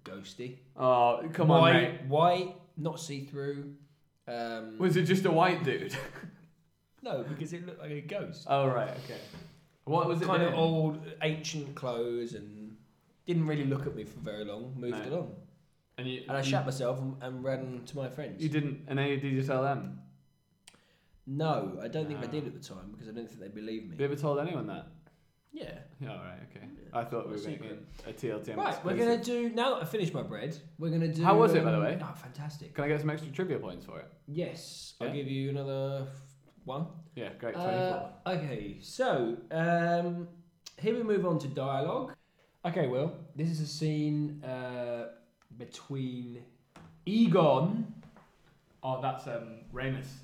S1: Ghosty.
S2: Oh, come
S1: why,
S2: on, mate.
S1: Why not see through? Um,
S2: Was it just a white dude?
S1: no, because it looked like a ghost.
S2: oh, right, okay. What was it?
S1: kind of
S2: doing?
S1: old, ancient clothes, and didn't really look at me for very long. Moved
S2: No.
S1: along,
S2: And you,
S1: and I
S2: you-
S1: shat myself and, and ran to my friends.
S2: You didn't, and then you- did you tell them?
S1: No, I don't think I
S2: No.
S1: did at the time because I don't think they believed me.
S2: Have you ever told anyone that?
S1: Yeah.
S2: Yeah, all right, okay.
S1: Yeah.
S2: I thought we were
S1: Secret.
S2: going to a TLTM
S1: Right, we're gonna
S2: exclusive.
S1: do now that I finished my bread. We're gonna do.
S2: How was it, by the
S1: um,
S2: way?
S1: Oh, fantastic.
S2: Can I get some extra trivia points for it?
S1: Yes, I'll
S2: Yeah.
S1: give you another f- one.
S2: Yeah, great, 24.
S1: Uh, okay, so um, here we move on to dialogue. Okay, well, this is a scene uh, between Egon,
S2: oh, that's um, Ramus.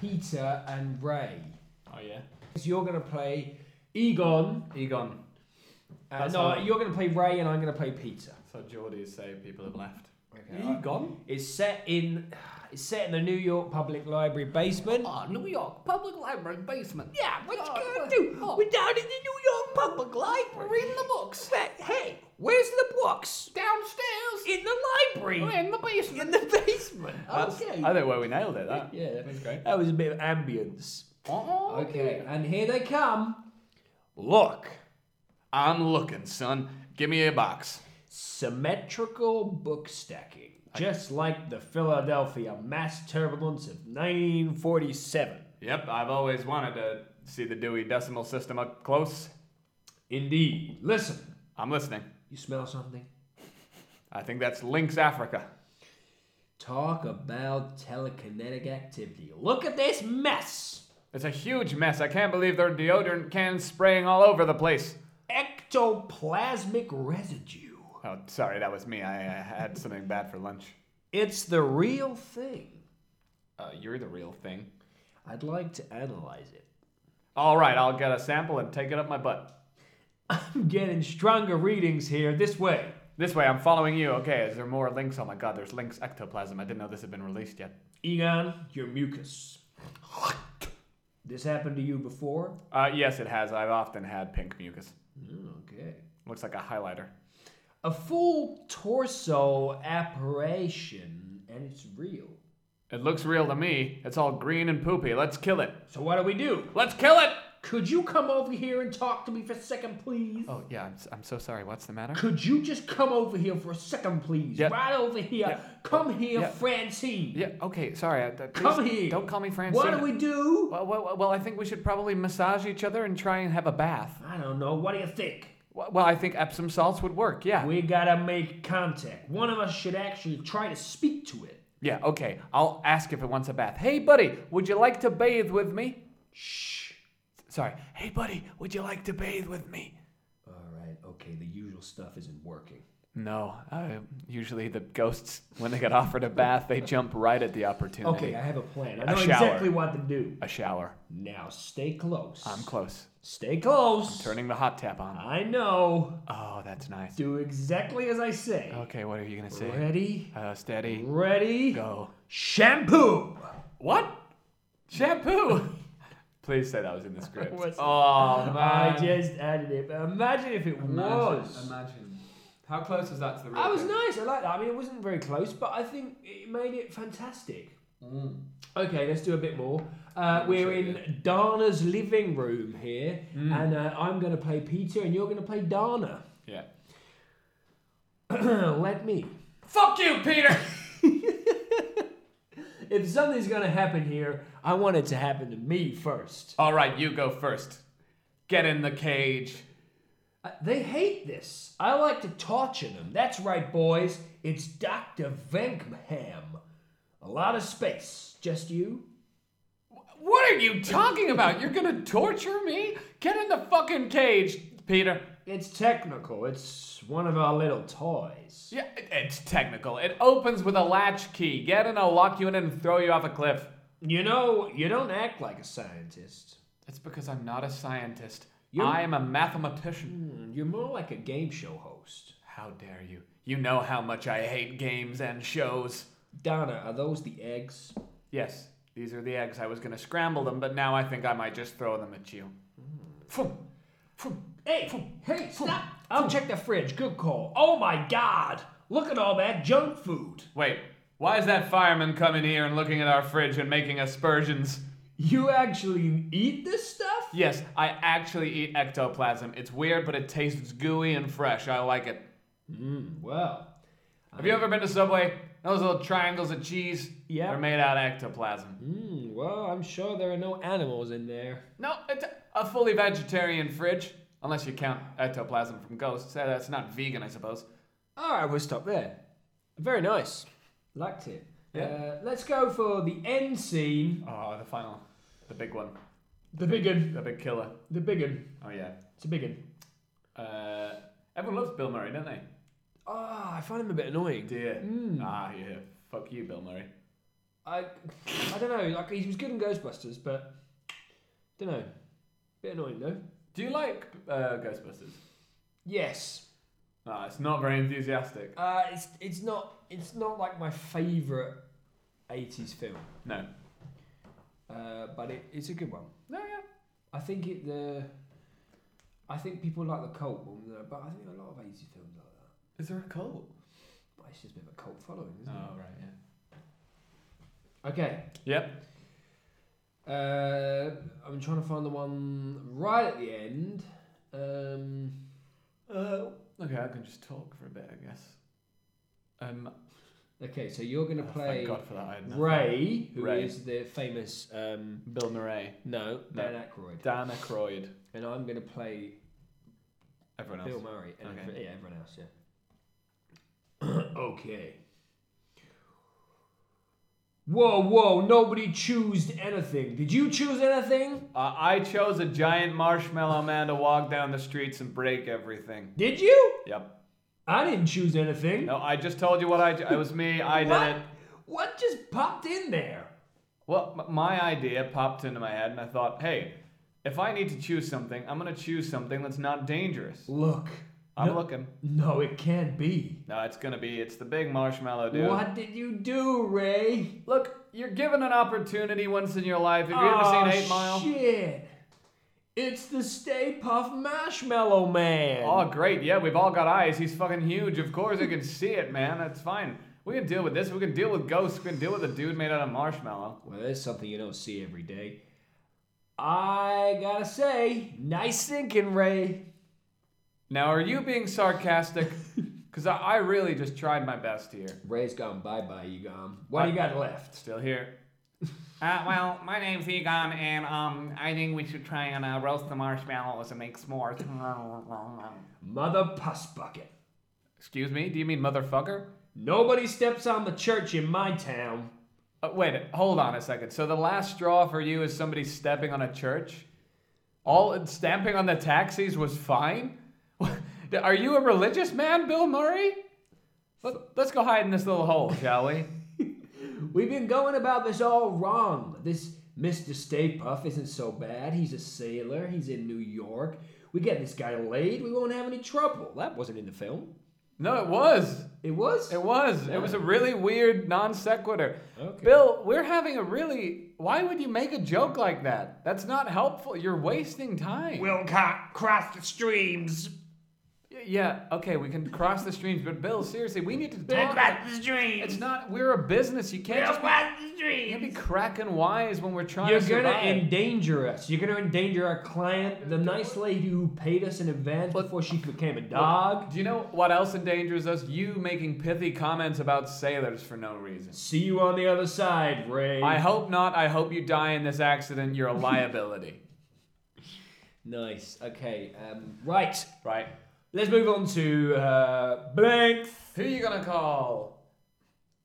S1: Peter, and Ray.
S2: Oh, yeah.
S1: So you're gonna play Egon.
S2: Egon.
S1: Uh,
S2: That's
S1: no,
S2: how-
S1: you're gonna play Ray, and I'm gonna play Peter.
S2: So Geordies say people have left.
S1: I- It's set in it's set in the New York Public Library basement.
S2: Oh, New York Public Library basement.
S1: Yeah, what
S2: you gonna
S1: do?
S2: Oh.
S1: We're down in the New York Public Library. Reading the books. Hey, where's the books?
S2: Downstairs Oh,
S1: In the library.
S2: in the basement.
S1: In the basement. okay.
S2: I think where we nailed it. That.
S1: yeah,
S2: That's great.
S1: that was a bit of ambience.
S2: Oh,
S1: Okay, and here they come.
S2: Look, I'm looking, son. Give me a box.
S1: Symmetrical book stacking. Just like the Philadelphia mass turbulence of 1947.
S2: Yep, I've always wanted to see the Dewey Decimal System up close.
S1: Indeed. Listen.
S2: I'm listening.
S1: You smell something?
S2: I think that's Lynx Africa.
S1: Talk about telekinetic activity. Look at this mess!
S2: It's a huge mess. I can't believe there are deodorant cans spraying all over the place.
S1: Ectoplasmic residue.
S2: Oh, sorry, that was me. I, I had something bad for lunch.
S1: It's the real thing.
S2: Uh, you're the real thing.
S1: I'd like to analyze it.
S2: All right, I'll get a sample and take it up my butt.
S1: I'm getting stronger readings here this way.
S2: This way, I'm following you. Okay, is there more links? Oh my god, there's links ectoplasm. I didn't know this had been released yet.
S1: Egon, your mucus. This happened to you before? Hmm,
S2: Uh, yes, it has. I've often had pink mucus.
S1: Okay.
S2: Looks like a highlighter.
S1: A full torso apparition, and it's real.
S2: It looks real to me. It's all green and poopy. Let's kill it.
S1: So, what do we do?
S2: Let's kill it!
S1: Could you come over here and talk to me for a second, please?
S2: Oh, yeah, I'm, s- I'm so sorry. What's the matter?
S1: Could you just come over here for a second, please?
S2: Yeah.
S1: Right over here.
S2: Yeah.
S1: Come here,
S2: Yeah.
S1: Francine.
S2: Yeah, okay, sorry. I, I-
S1: Come
S2: please
S1: here.
S2: Don't call me Francine.
S1: What do we do?
S2: Well, well, well, I think we should probably massage each other and try and have a bath.
S1: I don't know. What do you think?
S2: W- Well, I think Epsom salts would work. Yeah.
S1: We gotta make contact. One of us should actually try to speak to it.
S2: Yeah. Okay. I'll ask if it wants a bath. Hey, buddy, would you like to bathe with me?
S1: Shh.
S2: Sorry. Hey, buddy, would you like to bathe with me?
S1: All right. Okay. The usual stuff isn't working.
S2: No. Uh, usually the ghosts, when they get offered a bath, they jump right at the opportunity.
S1: Okay, I have a plan. I
S2: A
S1: know
S2: shower.
S1: exactly what to do.
S2: A shower.
S1: Now stay close.
S2: I'm close.
S1: stay close.
S2: Turning the hot tap on.
S1: I know.
S2: Oh, that's nice.
S1: Do exactly as I say.
S2: Okay, what are you gonna say?
S1: Ready?
S2: Uh, steady.
S1: Ready?
S2: Go.
S1: Shampoo.
S2: What? Shampoo. Please say that was in the script.
S1: Was-
S2: oh
S1: I
S2: man.
S1: just added it. But imagine if it was.
S2: Imagine. How close was that to the
S1: That was nice. I like that. I mean, it wasn't very close, but I think it made it fantastic. Okay, let's do a bit more. Uh, we're in Dana's living room here, and uh, I'm going to play Peter, and you're going to play Dana.
S2: Yeah.
S1: Let me.
S2: Fuck you, Peter.
S1: If something's going to happen here, I want it to happen to me first.
S2: All right, you go first. Get in the cage.
S1: Uh, they hate this. I like to torture them. That's right, boys. It's Dr. Venkham. A lot of space. Just you?
S2: What are you talking about? You're gonna torture me? Get in the fucking cage, Peter.
S1: It's technical. It's one of our little toys.
S2: Yeah, it- it's technical. It opens with a latch key. Get in, I'll lock you in and throw you off a cliff.
S1: You know, you don't act like a scientist.
S2: That's because I'm not a scientist.
S1: You-
S2: I am a mathematician.
S1: You're more like a game show host.
S2: How dare you? You know how much I hate games and shows.
S1: Donna, are those the eggs?
S2: Yes, these are the eggs. I was gonna scramble them, but now I think I might just throw them at you. Phew. Phew.
S1: Hey, hey, stop! I'll check the fridge. Good call. Oh my god! Look at all that junk food.
S2: Wait, why is that fireman coming here and looking at our fridge and making aspersions?
S1: You actually eat this stuff?
S2: Yes, I actually eat ectoplasm. It's weird, but it tastes gooey and fresh. I like it.
S1: Hmm. Well,
S2: Have you ever been to Subway? Those little triangles of cheese?
S1: Yeah.
S2: They're made out of ectoplasm.
S1: hmm, well, I'm sure there are no animals in there.
S2: No, it's a fully vegetarian fridge. Unless you count ectoplasm from ghosts. Eh, That's not vegan, I suppose.
S1: Alright, we'll stop there. Very nice. Liked it.
S2: Yeah.
S1: Uh, let's go for the end scene.
S2: Oh, the final. The big one.
S1: The big one.
S2: The big killer.
S1: The big one.
S2: Oh, yeah.
S1: It's a big one.
S2: Uh, everyone loves Bill Murray, don't they?
S1: Ah, I find him a bit annoying.
S2: Dear. Ah, yeah. Fuck you, Bill Murray.
S1: I, I don't know. Like he was good in Ghostbusters, but don't know. Bit annoying though.
S2: Do you like uh, Ghostbusters?
S1: Yes,
S2: Ah, it's not very enthusiastic.
S1: uh, it's it's not it's not like my favorite '80s film,
S2: No.
S1: uh, but it, it's a good one.
S2: No, yeah.
S1: I think it the. I think people like the cult one, though, but I think a lot of '80s films like that.
S2: Is there a cult?
S1: But it's just a bit of a cult following,
S2: Oh,
S1: isn't
S2: right, yeah. Oh.
S1: it? Okay.
S2: Yep.
S1: Uh, I'm trying to find the one right at the end. Um,
S2: Uh, okay, I can just talk for a bit, I guess. Um,
S1: okay, so you're going to
S2: oh,
S1: play.
S2: Thank God for that. I had nothing.
S1: Ray, who is
S2: Ray.
S1: the famous um,
S2: Bill Murray.
S1: no Dan Aykroyd,
S2: Dan Aykroyd.
S1: and I'm going to play
S2: Everyone
S1: Bill
S2: else.
S1: Murray and
S2: Okay.
S1: every- yeah, everyone else. Yeah. okay. Whoa, whoa! Nobody chose anything. Did you choose anything?
S2: Uh, I chose a giant marshmallow man to walk down the streets and break everything.
S1: Did you?
S2: Yep.
S1: I didn't choose anything.
S2: No, I just told you what I. j- It was me. I did
S1: what?
S2: it.
S1: What just popped in there?
S2: Well, m- my idea popped into my head, and I thought, hey, if I need to choose something, I'm gonna choose something that's not dangerous.
S1: Look.
S2: I'm
S1: no,
S2: looking.
S1: no, it can't be.
S2: No, it's gonna be. It's the big marshmallow dude.
S1: What did you do, Ray?
S2: Look, you're given an opportunity once in your life. Have you ever seen Eight Mile?
S1: Oh, Shit. It's the Stay Puff Marshmallow Man.
S2: Oh, great. Yeah, we've all got eyes. He's fucking huge. Of course, I can see it, man. That's fine. We can deal with this. We can deal with ghosts. We can deal with a dude made out of marshmallow.
S1: Well, that's something you don't see every day. I gotta say, nice thinking, Ray.
S2: Now, are you being sarcastic? Because I, I really just tried my best here.
S1: Ray's gone bye bye, you gone. What do you got left?
S2: Still here.
S4: Uh, well, my name's Egon, and um, I think we should try and uh, roast the marshmallows and make s'mores.
S1: Mother Puss Bucket.
S2: Excuse me? Do you mean motherfucker?
S1: Nobody steps on the church in my town.
S2: Uh, wait, hold on a second. So the last straw for you is somebody stepping on a church? All stamping on the taxis was fine? Are you a religious man, Bill Murray? Let, let's go hide in this little hole, shall we?
S1: We've been going about this all wrong. This Mr. Stay Puff isn't so bad. He's a sailor. He's in New York. We get this guy laid. We won't have any trouble. That wasn't in the film.
S2: No, it was.
S1: It was.
S2: It was. It was a really weird non sequitur.
S1: Okay.
S2: Bill, we're having a really. Why would you make a joke like that? That's not helpful. You're wasting time.
S4: Wilcott, cross the streams.
S2: Y- yeah, okay, we can cross the streams, but Bill, seriously, we need to talk.
S4: the streams.
S2: It's not. We're a business. You can't just be,
S4: the
S2: you can't
S4: streams.
S2: be cracking wise when we're trying
S1: You're
S2: to
S1: gonna
S2: survive.
S1: endanger us. You're gonna endanger our client, the nice lady who paid us in advance before she became a dog.
S2: Do you know what else endangers us? You making pithy comments about sailors for no reason.
S1: See you on the other side, Ray.
S2: I hope not. I hope you die in this accident. You're a liability.
S1: nice. Okay. Um, right.
S2: right?
S1: Let's move on to uh, blanks.
S2: Who you gonna call?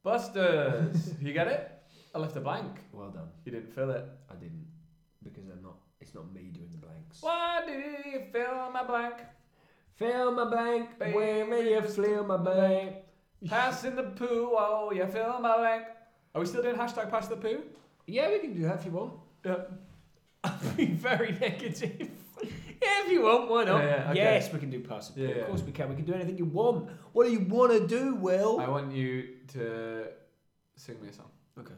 S2: Busters. you get it? I left a blank.
S1: Well done.
S2: You didn't fill it.
S1: I didn't because I'm not. It's not me doing the blanks.
S2: Why do you fill my blank?
S1: Fill my blank,
S2: Baby,
S1: where may you fill my blank?
S2: Pass in the poo. Oh, you fill my blank. Are we still doing hashtag pass the poo?
S1: Yeah, we can do that if you want.
S2: Yeah.
S1: Be very negative. yeah, if you want, why not?
S2: Yeah, yeah, okay.
S1: Yes, we can do pass it.
S2: Yeah,
S1: Of
S2: yeah.
S1: course we can. We can do anything you want. What do you want to do, Will?
S2: I want you to sing me a song.
S1: Okay.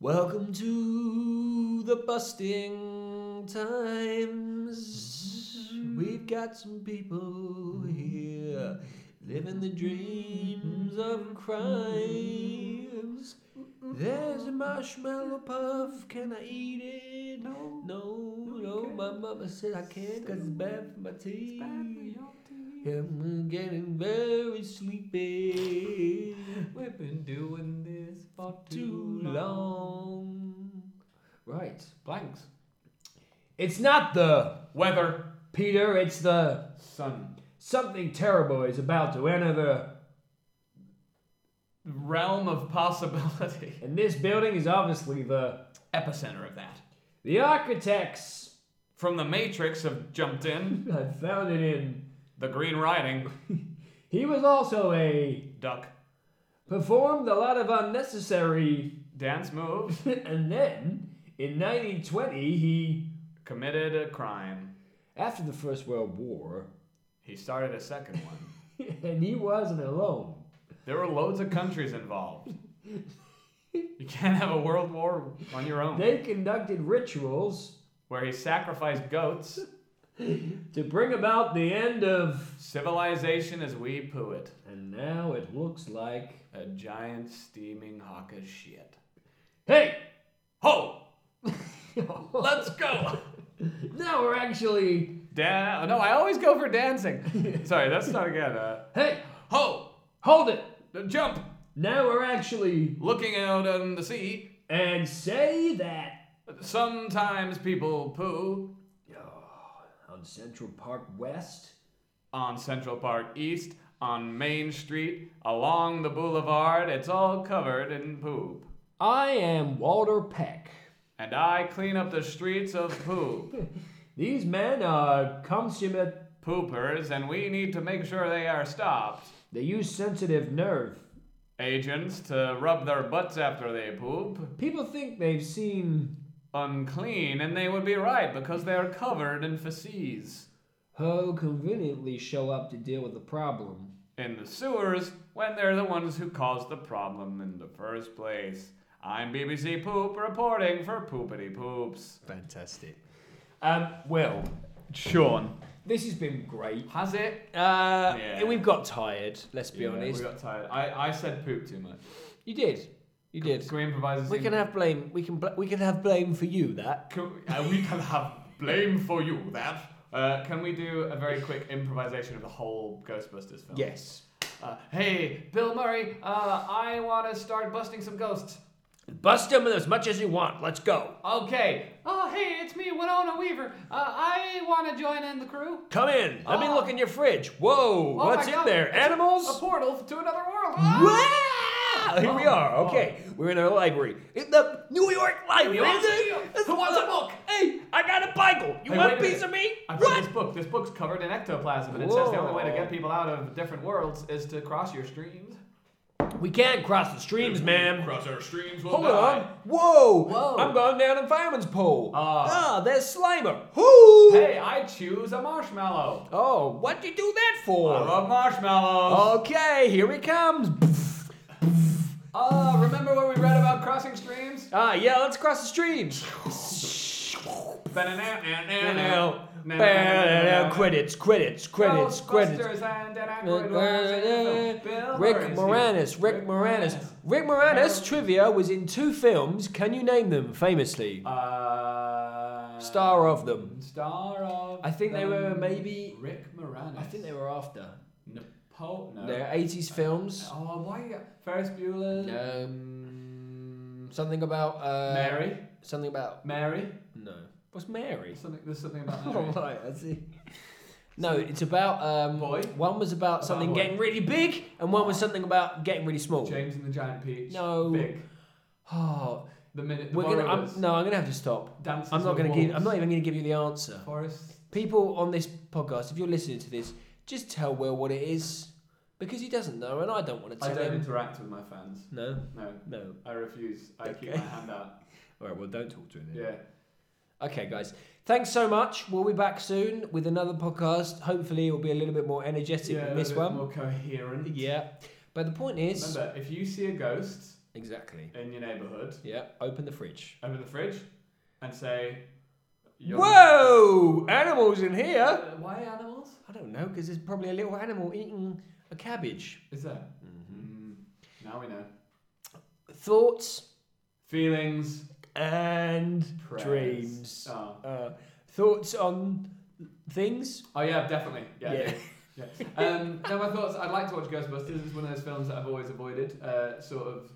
S1: Welcome to the busting times. We've got some people here living the dreams of crimes. There's a marshmallow puff. Can I eat it? No, no, no. My mama said I can't because it's bad for my teeth. I'm getting very sleepy.
S2: We've been doing this for
S1: Too long. Right.
S2: Blanks.
S1: It's not the
S2: Weather.
S1: Peter, it's the
S2: Sun.
S1: something terrible is about to enter the
S2: Realm of possibility.
S1: and this building is obviously the
S2: Epicenter of that.
S1: the architects
S2: From the Matrix have jumped in.
S1: I found it in.
S2: The Green Riding.
S1: He was also a
S2: Duck.
S1: performed a lot of unnecessary
S2: Dance moves.
S1: and then in 1920 he
S2: Committed a crime.
S1: after the First World War
S2: He started a second one.
S1: and he wasn't alone.
S2: There were loads of countries involved. You can't have a world war on your own.
S1: They conducted rituals
S2: Where he sacrificed goats.
S1: to bring about the end of
S2: Civilization as we poo it.
S1: And now it looks like.
S2: A giant steaming hawk of shit.
S1: Hey!
S2: Ho!
S1: now
S2: Let's go!
S1: we're actually.
S2: Dan- oh, no, I always go for dancing. Sorry, that's not again. Uh,
S1: Hey!
S2: ho!
S1: Hold it!
S2: Jump!
S1: Now we're actually.
S2: Looking out on the sea.
S1: And say that.
S2: Sometimes people poo
S1: oh, On Central Park West.
S2: on Central Park East, on Main Street, along the boulevard. It's all covered in poop.
S1: I am Walter Peck.
S2: And I clean up the streets of poop.
S1: These men are consummate.
S2: Poopers, and we need to make sure they are stopped.
S1: They use sensitive nerve.
S2: Agents to rub their butts after they poop.
S1: People think they've seen
S2: Unclean, and they would be right because they are covered in feces.
S1: Ho conveniently show up to deal with the problem.
S2: in the sewers when they're the ones who caused the problem in the first place. I'm BBC Poop reporting for Poopity Poops.
S3: Fantastic.
S1: Um, well,
S2: Sean.
S1: this has been great.
S2: Has it?
S1: Uh,
S2: Yeah.
S1: we've got tired, let's be
S2: Yeah,
S1: honest.
S2: We got tired. I, I said poop too much.
S1: You did. You did.
S2: Can we improvise a
S1: We
S2: scene?
S1: can have blame. We can. Bl- we can have blame for you. That.
S2: Can we, uh, we can have blame for you, that. Uh, can we do a very quick improvisation of the whole Ghostbusters film?
S1: Yes.
S2: Uh, hey, Bill Murray, uh, I want to start busting some ghosts.
S1: Bust him as much as you want. Let's go.
S2: Okay. Uh,
S4: Oh, hey, it's me, Winona Weaver. Uh, I want to join in the crew.
S1: Come in. Let me
S2: Ah.
S4: Oh.
S1: look in your fridge. Whoa,
S4: Oh
S1: what's
S4: my
S1: in
S4: God.
S1: there?
S4: It's a-
S1: Animals?
S2: A Oh. portal to another world. Ah!
S1: Wow! Here we are. Okay, we're in our library. In the New York Library.
S2: New York
S1: It's
S2: City.
S1: it's
S2: Who wants a book?
S1: Hey, I got a Bible. You
S2: Hey,
S1: want a
S2: wait a minute.
S1: piece of me?
S2: I've read
S1: What?
S2: this book. This book's covered in ectoplasm, and it says the only way to
S1: Whoa.
S2: get people out of different worlds is to cross your streams.
S1: We can't cross the streams, man.
S2: Cross our streams. We'll
S1: Hold on. Whoa.
S2: Whoa.
S1: I'm going down a fireman's pole.
S2: Ah.
S1: ah, there's Slimer. Who?
S2: Hey, I choose a marshmallow.
S1: Oh, what'd you do that for?
S2: I love marshmallows.
S1: Okay, here he comes.
S2: Uh, remember when we read about crossing streams?
S1: Ah, yeah, let's cross the streams. Now, now, credits, credits, credits, credits.
S2: Ghostbusters and Dan Aykroyd were in the film. Bill Murray's
S1: Rick
S2: here.
S1: Moranis, Rick Moranis. Rick Moranis trivia was in two films. Can you name them famously?
S2: Uh,
S1: Star of them.
S2: Star of.
S1: I think they were
S2: them.
S1: maybe-
S2: Rick Moranis.
S1: I think they were after.
S2: Napo- no.
S1: They're 80s films.
S2: Oh, why? You got Ferris Bueller.
S1: Um, something about. Uh,
S2: Mary.
S1: Something about.
S2: Mary.
S1: No. What's Mary?
S2: Something. There's something about
S1: All
S2: Mary.
S1: right, I see. No, it's about um,
S2: Boy?
S1: one was about,
S2: About
S1: something
S2: boy.
S1: getting really big, and one was something about getting really small.
S2: James and the Giant Peach.
S1: No.
S2: Big.
S1: Oh,
S2: The minute. The
S1: we're gonna. I'm,
S2: Borrowers.
S1: no, I'm gonna have to stop.
S2: Dances
S1: I'm not
S2: with
S1: gonna give. I'm
S2: Wolves.
S1: not even gonna give you the answer.
S2: Forest.
S1: People on this podcast, if you're listening to this, just tell Will what it is because he doesn't know, and I don't want to
S2: I
S1: tell
S2: don't
S1: him.
S2: interact with my fans.
S1: No,
S2: No,
S1: no.
S2: I refuse. I keep
S1: Okay.
S2: my hand out.
S1: All right, well, don't talk to him. then.
S2: Yeah.
S1: Okay, guys. Thanks so much. We'll be back soon with another podcast. Hopefully, it'll be a little bit more energetic
S2: yeah, a
S1: than this
S2: little bit
S1: one.
S2: More coherent.
S1: Yeah. But the point is.
S2: Remember, if you see a ghost
S1: Exactly.
S2: in your neighborhood,
S1: Yeah, open the fridge.
S2: open the fridge and say, "You're-
S1: Whoa! Animals in here!
S2: Uh, why animals?
S1: I don't know, because there's probably a little animal eating a cabbage.
S2: Is there? Mm, now we know.
S1: Thoughts
S2: Feelings.
S1: and
S2: Prayers.
S1: dreams.
S2: Oh.
S1: Uh, thoughts on things?
S2: oh, yeah, definitely. Yeah.
S1: Yeah.
S2: yeah. yeah. Um, now my thoughts. I'd like to watch Ghostbusters. It's one of those films that I've always avoided, uh, sort of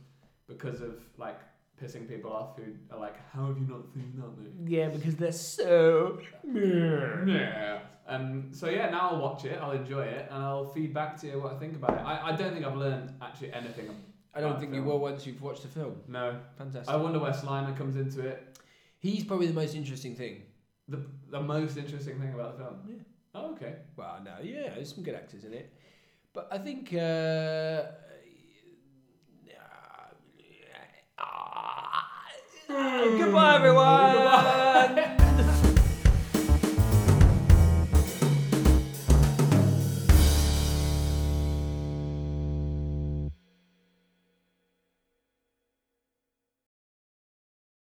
S2: because of like pissing people off who are like, "How have you not seen that movie?"
S1: Yeah, because they're so. Meh.
S2: Yeah. Um, so yeah, now I'll watch it, I'll enjoy it, and I'll feed back to you what I think about it. I, I don't think I've learned actually anything.
S1: I don't
S2: Bad
S1: think you
S2: film.
S1: will once you've watched the film.
S2: No.
S1: Fantastic.
S2: I wonder where Slimer comes into it.
S1: He's probably the most interesting thing.
S2: The, the most interesting thing about the film.
S1: Yeah.
S2: Oh, okay.
S1: Well, no, yeah, there's some good actors in it, but I think. Uh, uh, goodbye, everyone.